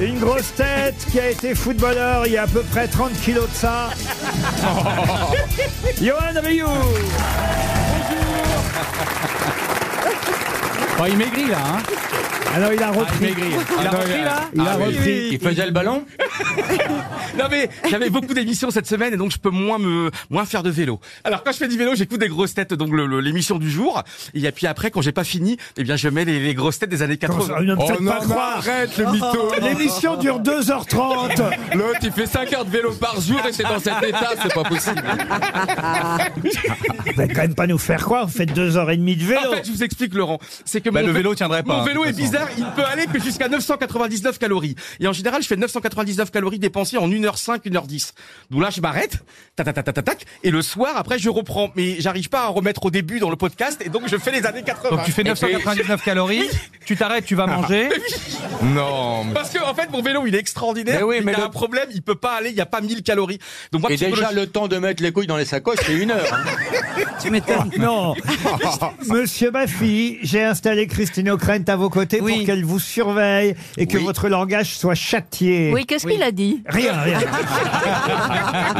Une grosse tête qui a été footballeur il y a à peu près 30 kilos de ça. Johan Rioux Oh, il maigrit là, hein Alors il a Ah, il repris. maigrit. Il a repris là Ah, Il a oui. repris. Il faisait le ballon Non mais j'avais beaucoup d'émissions cette semaine et donc je peux moins me moins faire de vélo. Alors quand je fais du vélo, j'écoute des grosses têtes donc le- le- l'émission du jour et puis après quand j'ai pas fini, eh bien je mets les, les grosses têtes des années Comment 80. ça, Ne me faites Oh non, pas non, croire. arrête le mytho L'émission dure 2h30. L'autre, il fait 5 heures de vélo par jour et c'est dans cet état, c'est pas possible. Vous allez quand même pas nous faire croire, vous faites 2h30 de vélo. En fait, je vous explique, Laurent. C'est que Bah, mon le vé- vélo tiendrait pas, Mon hein, vélo de est toute façon. bizarre. Il peut aller que jusqu'à 999 calories. Et en général, je fais 999 calories dépensées en 1h05, 1h10. Donc là, je m'arrête. ta ta ta ta ta tac. Et le soir, après, je reprends. Mais j'arrive pas à remettre au début dans le podcast. Et donc, je fais les années 80. Donc tu fais 999 calories, tu t'arrêtes, Ah. tu vas manger. Non, mais... Parce que en fait mon vélo il est extraordinaire. Mais oui, il mais a le- un problème, il peut pas aller, il y a pas 1000 calories. Donc moi Et psychologiquement- déjà, le temps de mettre les couilles dans les sacoches, c'est une heure. hein. Non. Monsieur Baffy, j'ai installé Christine O'Krent à vos côtés Oui. pour qu'elle vous surveille et que Oui. votre langage soit châtié. Oui, qu'est-ce qu'il a dit Rien, rien.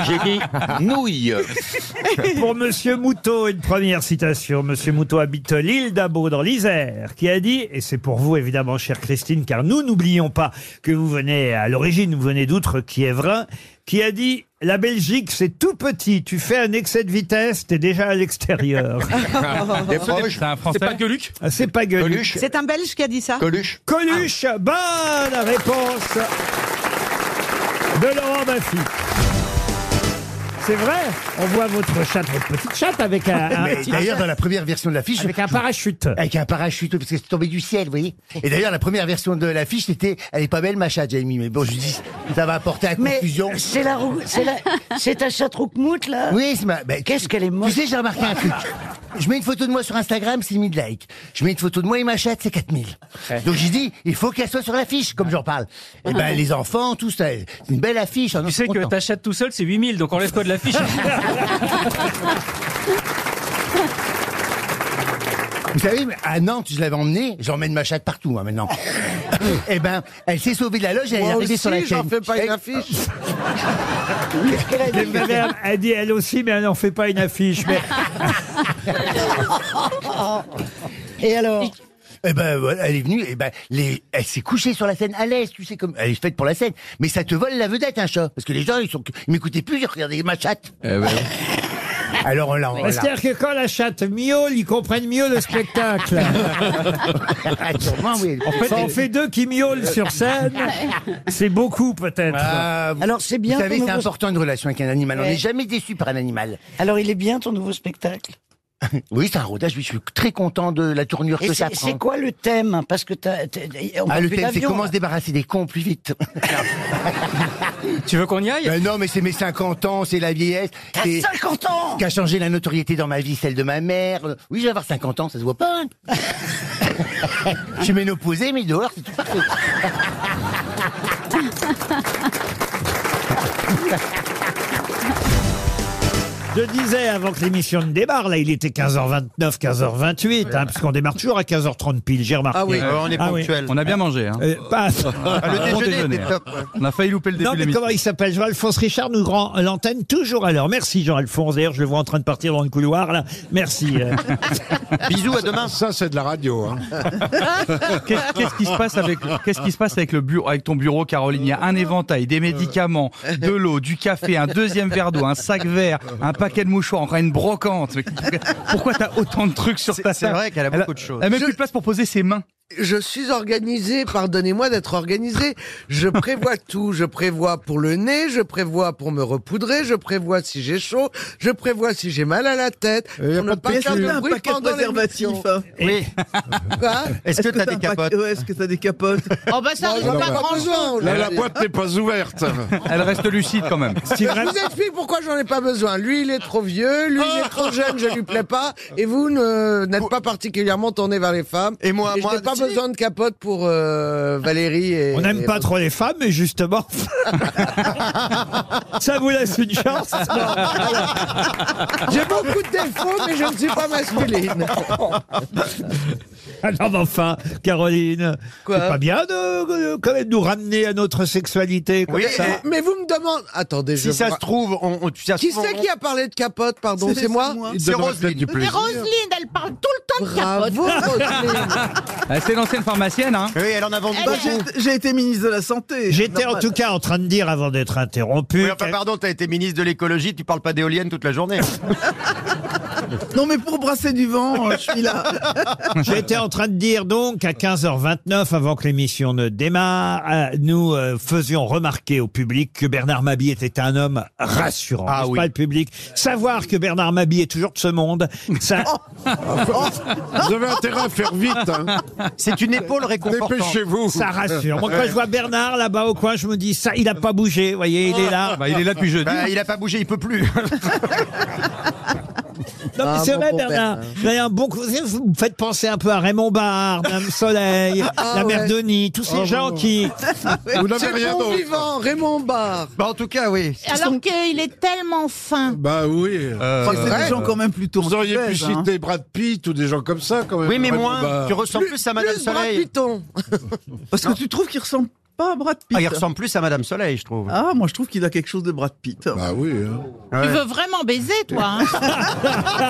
J'ai dit nouilles. Pour Monsieur Moutot, une première citation. Monsieur Moutot habite l'île d'Abo dans l'Isère, qui a dit, et c'est pour vous évidemment, chère Christine, car nous n'oublions pas que vous venez à l'origine, vous venez d'outre-Kiévrin, qui a dit La Belgique, c'est tout petit, tu fais un excès de vitesse, t'es déjà à l'extérieur. Des proches. C'est un c'est français. pas que Luc. Ah, c'est pas gueule. Coluche. C'est un Belge qui a dit ça Coluche. Coluche, bonne réponse de Laurent Baffy. C'est vrai, on voit votre chatte, votre petite chatte avec un, Ah, un- Mais D'ailleurs, dans la première version de l'affiche, avec un parachute. avec un parachute, parce que c'est tombé du ciel, vous voyez. Et d'ailleurs, la première version de l'affiche, c'était, elle est pas belle, ma chatte, Jamie. Mais bon, je dis, ça va apporter à Mais confusion. c'est la roue, c'est la, c'est ta chatte roux-moute, là. Oui, c'est ma- ben, Qu'est-ce qu'elle est Tu moche. sais, j'ai remarqué un truc. Je mets une photo de moi sur Instagram, c'est 1000 likes. Je mets une photo de moi et ma chatte, c'est 4000. Donc j'ai dit, il faut qu'elle soit sur l'affiche, comme j'en parle. Et ben, les enfants, tout ça, c'est une belle affiche. Tu sais que ta chatte tout seul, c'est 8000, donc enlève toi de l'affiche. Vous savez, à Nantes, je l'avais emmenée, j'emmène ma chatte partout, moi, maintenant. Eh ben, elle s'est sauvée de la loge, elle est Moi arrivée aussi, sur la j'en chaîne. fais pas une affiche. Qu'est-ce qu'elle a dit Madame a dit elle aussi, mais elle n'en fait pas une affiche. Mais Et alors Eh ben, voilà, elle est venue, eh ben, les, elle s'est couchée sur la scène à l'aise, tu sais, comme, elle est faite pour la scène. Mais ça te vole la vedette, un chat. Parce que les gens, ils sont, ils m'écoutaient plus, ils regardaient ma chatte. Alors, on l'a, on l'a. c'est-à-dire que quand la chatte miaule, ils comprennent mieux le spectacle. Sûrement, Ah, oui. En fait, on fait deux qui miaulent sur scène. C'est beaucoup, peut-être. Ah, vous- Alors, c'est bien Vous savez, ton c'est nouveau- important une relation avec un animal. On Ouais. n'est jamais déçu par un animal. Alors, il est bien ton nouveau spectacle. Oui, c'est un rodage. oui, Je suis très content de la tournure Et que ça c'est c'est prend. quoi le thème Parce que t'as. t'as- on Ah, parle le plus thème, c'est d'avion, comment là. se débarrasser des cons plus vite. tu veux qu'on y aille Ben non, mais c'est mes 50 ans, c'est la vieillesse. T'as C'est 50 ans qui a changé la notoriété dans ma vie, celle de ma mère. Oui, je vais avoir 50 ans, ça se voit pas. hein. je suis ménopausé, mais dehors, c'est tout parfait. Je disais avant que l'émission ne démarre, là, il était 15h29, 15h28, hein, parce qu'on démarre toujours à 15h30 pile, j'ai remarqué. Ah oui, Euh, on est Ah oui. ponctuel. On a bien mangé. Hein. euh, pas- Ah, le Bon déjeuner, déjeuner, était hein. top. ouais. On a failli louper le début Non, de mais l'émission. comment il s'appelle Jean-Alphonse Richard nous rend l'antenne toujours à l'heure. Merci Jean-Alphonse. D'ailleurs, je le vois en train de partir dans le couloir, là. Merci. euh. Bisous, à demain. Ça, c'est de la radio. Hein. Qu'est- Qu'est-ce qui se passe avec qu'est-ce qui se passe avec le bureau avec ton bureau Caroline Il y a un éventail, des médicaments, de l'eau, du café, un deuxième verre d'eau, un sac vert, un paquet de mouchoirs, encore une brocante. Mais Pourquoi t'as autant de trucs sur C'est- ta c'est table vrai qu'elle a beaucoup de choses. Elle a même plus de place pour poser ses mains. Je suis organisé, pardonnez-moi d'être organisé. Je prévois tout. Je prévois pour le nez, je prévois pour me repoudrer, je prévois si j'ai chaud, je prévois si j'ai mal à la tête. Euh, y a pas Pour ne de hein. pas pièces, faire il y a de un bruit pendant l'émission. Oui. Quoi Est-ce que t'as un des paquet- capotes Ouais, Est-ce que t'as des capotes Oh bah ça Bon, j'en ai pas besoin. Là, aujourd'hui. la boîte n'est pas ouverte. Elle reste lucide quand même. Si Je vraiment- vous explique pourquoi j'en ai pas besoin. Lui, il est trop vieux, lui, il est Oh. trop jeune, je lui plais pas. Et vous ne- n'êtes pas particulièrement tourné vers les femmes. Et moi, Et je moi, n'ai pas si. besoin de capote pour euh, Valérie et. On n'aime et- pas trop les femmes, mais justement. Ça vous laisse une chance. J'ai beaucoup de défauts, mais je ne suis pas masculine. Ah non, mais enfin, Caroline, Quoi c'est pas bien de, de- quand même nous ramener à notre sexualité comme ça. mais, mais vous me demandez. Attendez, je. Si ça vous- se trouve, on, on- tu- ça se Qui trouve, c'est on- qui a parlé de capote Pardon, c'est moi. C'est Roselyne. Mais Roselyne, elle parle tout le temps de capote. Bah, Bravo, Roselyne. Ah, C'est l'ancienne pharmacienne, hein Oui, elle en a vendu Bah, Elle beaucoup. est- Bah, J'ai été ministre de la Santé. J'étais en tout cas en train de dire avant d'être interrompu. Oui, enfin, qu'à- pardon, t'as été ministre de l'écologie, tu parles pas d'éolienne toute la journée. Non, mais pour brasser du vent, euh, je suis là. J'étais en train de dire donc à 15h29, avant que l'émission ne démarre, euh, nous euh, faisions remarquer au public que Bernard Mabie était un homme rassurant. Ah n'est-ce oui. Pas le public. Savoir que Bernard Mabie est toujours de ce monde, ça, Vous avez intérêt à faire vite. hein. C'est une épaule réconfortante. Dépêchez-vous. ça rassure. Moi, quand je vois Bernard là-bas au coin, je me dis ça, il n'a pas bougé. Vous voyez, il est là. Bah, il est là depuis jeudi. Bah, il a pas bougé, il peut plus. Non, mais Ah, c'est mon vrai, bon Bernard. Bernard. Vous avez un bon conseil. Vous me faites penser un peu à Raymond Barre, Mme Soleil, la mère ouais. Denis, tous ces gens qui. Vous n'avez Ah, C'est le rien bon d'autre. vivant, Raymond Barre. Bah, en tout cas, oui. Alors qu'il est tellement fin. Bah oui. Je crois que Euh, c'est des gens quand même plutôt Vous auriez pu faibles, hein. citer Brad Pitt ou des gens comme ça quand même. Oui, mais Raymond moins. bah, Barre. Tu ressembles plus, à Madame Plus Brad Soleil. Piton. Parce que tu trouves qu'il ressemble pas à Brad Pitt. Ah, il ressemble plus à Madame Soleil, je trouve. Ah, moi je trouve qu'il a quelque chose de Brad Pitt. Bah oui. hein. Tu veux vraiment baiser, toi hein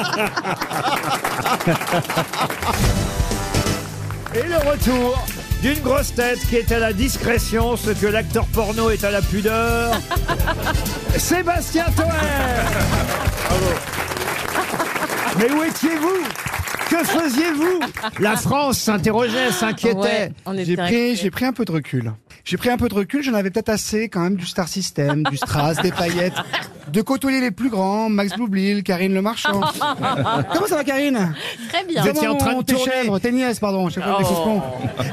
Et le retour d'une grosse tête qui est à la discrétion, ce que l'acteur porno est à la pudeur. Sébastien Toer Mais où étiez-vous que faisiez-vous La France s'interrogeait, s'inquiétait. J'ai pris, j'ai pris un peu de recul. J'ai pris un peu de recul, j'en avais peut-être assez quand même du Star System, du Stras, des paillettes, de côtoyer les plus grands, Max Boublil, Karine Le Marchand. Comment ça va Karine Très bien. Oh. Vous étiez Comment en train de tes tourner. chèvres, tes nièces, pardon, je sais pas, des chaussons.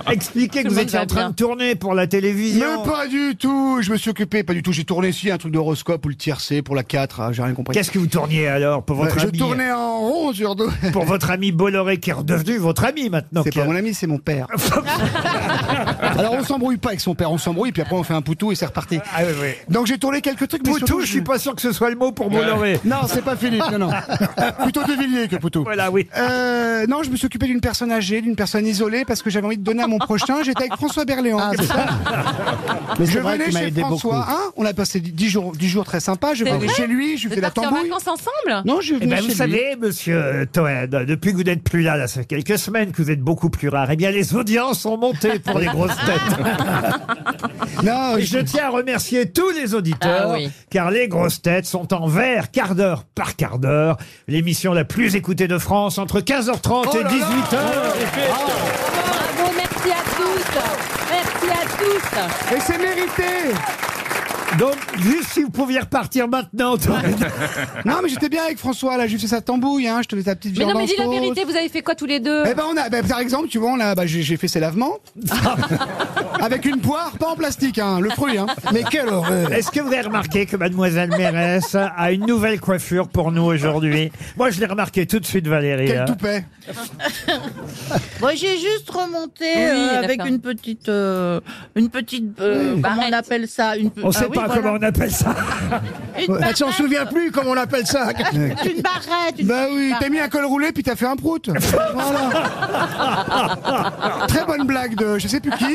Expliquez que Tout le vous monde étiez va en train bien. de tourner pour la Mais télévision. pas du tout, je me suis occupé, pas du tout. J'ai tourné ici un truc d'horoscope ou le tiercé pour la 4, ah, j'ai rien compris. Qu'est-ce que vous tourniez alors pour votre je ami tournais en rond sur deux. Pour votre ami Bolloré qui est redevenu votre ami maintenant. C'est qui pas a- mon ami, c'est mon père. Alors on s'embrouille pas avec son père, on s'embrouille, puis après on fait un poutou et c'est reparti. Ah oui, oui. Donc j'ai tourné quelques trucs, mais Poutou, surtout, je suis pas sûr que ce soit le mot pour Bolloré. Non, c'est pas Philippe, non, non. Plutôt De Villiers que Poutou. Voilà, oui. Euh, non, je me suis occupé d'une personne âgée, d'une personne isolée, parce que j'avais envie de donner à mon prochain. J'étais avec François Berléand. Ah, Mais je venais chez François. hein, on a passé 10 jours, 10 jours très sympas. Je venais chez lui, je lui fais la tambouille. ensemble Non, je Eh venais ben, chez vous lui. savez, monsieur euh, Toen, depuis que vous n'êtes plus là, là, ça fait quelques semaines que vous êtes beaucoup plus rare, eh bien, les audiences ont monté pour les grosses têtes. Non, Et je- je tiens à remercier tous les auditeurs, Ah oui. car les grosses têtes sont en vert, quart d'heure par quart d'heure, l'émission la plus écoutée de France entre 15h30 et 18h. Bravo, merci à tous. Merci à tous. Et c'est mérité. Oh. Donc, juste si vous pouviez repartir maintenant, Toen. Non, mais j'étais bien avec François. Là, j'ai fait sa tambouille. Hein, je te fais ta petite Mais viande non, mais en dis la sauce. vérité, vous avez fait quoi tous les deux Eh ben on a, ben, par exemple, tu vois, on a, bah, j'ai j'ai fait ses lavements avec une poire, pas en plastique, hein, le fruit. Hein. Mais quelle horreur Est-ce que vous avez remarqué que mademoiselle Mérès a une nouvelle coiffure pour nous aujourd'hui Moi, je l'ai remarqué tout de suite, Valérie. Quel hein. toupet Moi, j'ai juste remonté euh, avec une petite, euh, une petite, euh, comment on appelle ça une, Ah Ah On ne sait pas comment on appelle ça. Elle s'en souvient plus, comment on appelle ça une barrette. Bah oui, t'as mis un col roulé puis t'as fait un prout. Voilà. Très bonne blague de je sais plus qui.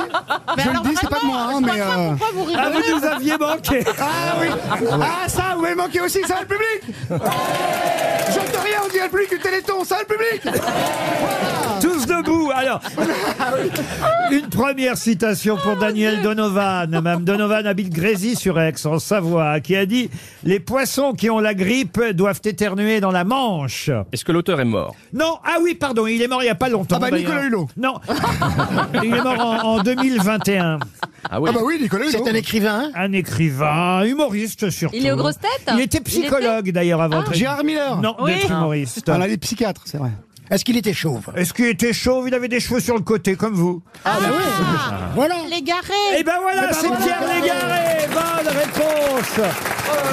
je le dis, c'est pas de moi, hein, mais. euh, Pourquoi vous Ah, vous nous aviez manqué. Ah oui Ah ça, vous m'avez manqué aussi, ça, le public J'entends rien, on dirait le public du Téléthon, ça, le public Tous debout. Alors, Ah une première citation pour Daniel Donovan. Madame Donovan habite Grésy sur Aix, en Savoie, qui a dit Les poissons qui ont la grippe doivent éternuer dans la Manche. Est-ce que l'auteur est mort Non, ah oui, pardon, il est mort il n'y a pas longtemps. Ah bah, d'ailleurs. Nicolas Hulot. Non, il est mort en- en 2021. Ah oui. Ah bah oui, Nicolas Hulot. C'est un écrivain. un écrivain, humoriste surtout. Il est aux grosses têtes Il était psychologue d'ailleurs avant. d'être- Ah. Gérard Ah, Miller Non, Oui. d'être humoriste. On a des psychiatres, c'est vrai. Est-ce qu'il était chauve Est-ce qu'il était chauve Il avait des cheveux sur le côté, comme vous. Voilà. Les garés. Eh ben voilà, c'est Pierre Légaré Bonne réponse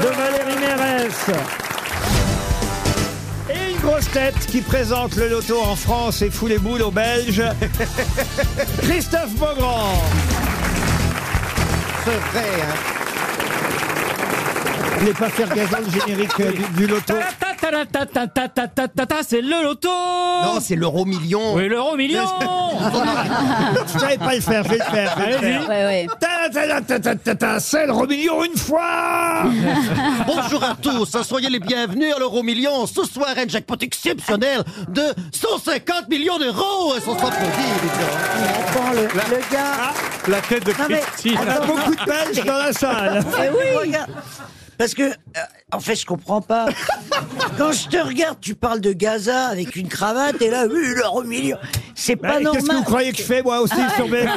de Valérie Mérès et une grosse tête qui présente le loto en France et fout les boules aux Belges, Christophe Beaugrand. C'est vrai, hein. Vous voulez pas faire gazon le générique euh, du, du loto ta-ta-ta-ta-ta-ta-ta-ta, c'est le loto Non, c'est l'euro million. Oui, l'euro million Je savais pas le faire, je vais le faire. je vais le Allez-y. faire. Ta- ta- ta- ta- ta- ta- ta- C'est le remillion une fois Bonjour à tous, hein, soyez les bienvenus à l'euro million. Ce soir, un jackpot exceptionnel de 150 millions d'euros. Et s'en le gars. La tête de Non, mais Christine. attends. Mais Mais oui. Bah, Regarde. Parce que, euh, en fait, je comprends pas. Quand je te regarde, tu parles de Gaza avec une cravate et là, oui, l'heure au milieu. C'est Bah, pas et normal. Qu'est-ce que vous croyez que je fais moi aussi sur BFM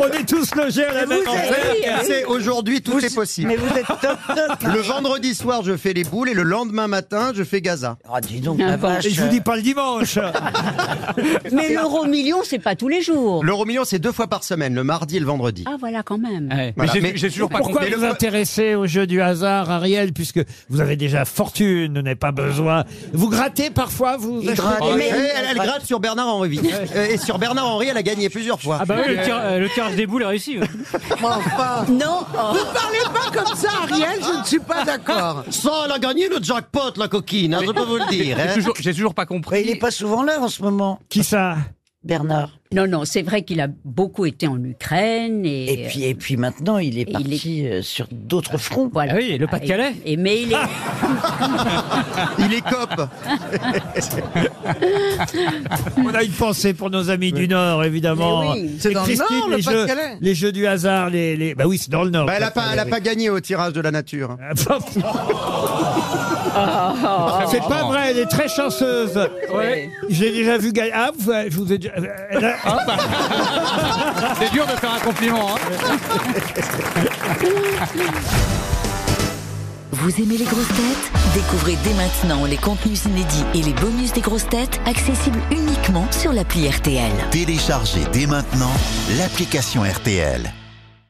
On est tous logés à la même Ah enseigne. C'est aujourd'hui tout est possible. Mais vous êtes top top. Le vendredi soir, je fais les boules et le lendemain matin, je fais Gaza. Ah, dis donc, la vache. Et je vous dis pas le dimanche. Mais l'euro million, c'est pas tous les jours. L'euro million, c'est deux fois par semaine, le mardi et le vendredi. Ah voilà, quand même. Voilà. Pourquoi vous intéressez au jeu du hasard, Ariel, puisque vous avez déjà fortune, vous n'avez pas besoin. Vous grattez parfois, vous. Il achetez- gratte. Mais Eh, elle, elle, elle gratte sur Bernard Henry. Euh, Et sur Bernard Henry, elle a gagné plusieurs fois. Ah bah oui, le, tir- euh, le tirage des boules est réussi. ouais. Non. Ne parlez pas comme ça, Ariel, je ne suis pas d'accord. Ça, elle a gagné le jackpot, la coquine, hein, je peux vous le dire. J'ai hein. toujours, j'ai toujours pas compris. Mais il est pas souvent là en ce moment. Qui ça Bernard. Non, non, c'est vrai qu'il a beaucoup été en Ukraine et. Et euh, puis, et puis maintenant, il est parti euh, sur d'autres fronts. Voilà. Ah Ah, oui, le Pas-de-Calais. Et, et- mais il est. Il est cop. On a une pensée pour nos amis du Nord, évidemment. Mais oui. C'est Et dans le Christine, Nord, le les, jeux, Pas-de-Calais. les jeux du hasard, les, les- bah oui, c'est dans le Nord. Bah, elle a pas, elle a oui. pas gagné au tirage de la nature. Ah, Ah. C'est pas vrai, elle est très chanceuse. Ouais. J'ai déjà vu gagner. Ah, vous- je vous ai déjà- elle a- C'est dur de faire un compliment. hein. Vous aimez les grosses têtes Découvrez dès maintenant les contenus inédits et les bonus des grosses têtes accessibles uniquement sur l'appli RTL. Téléchargez dès maintenant l'application RTL.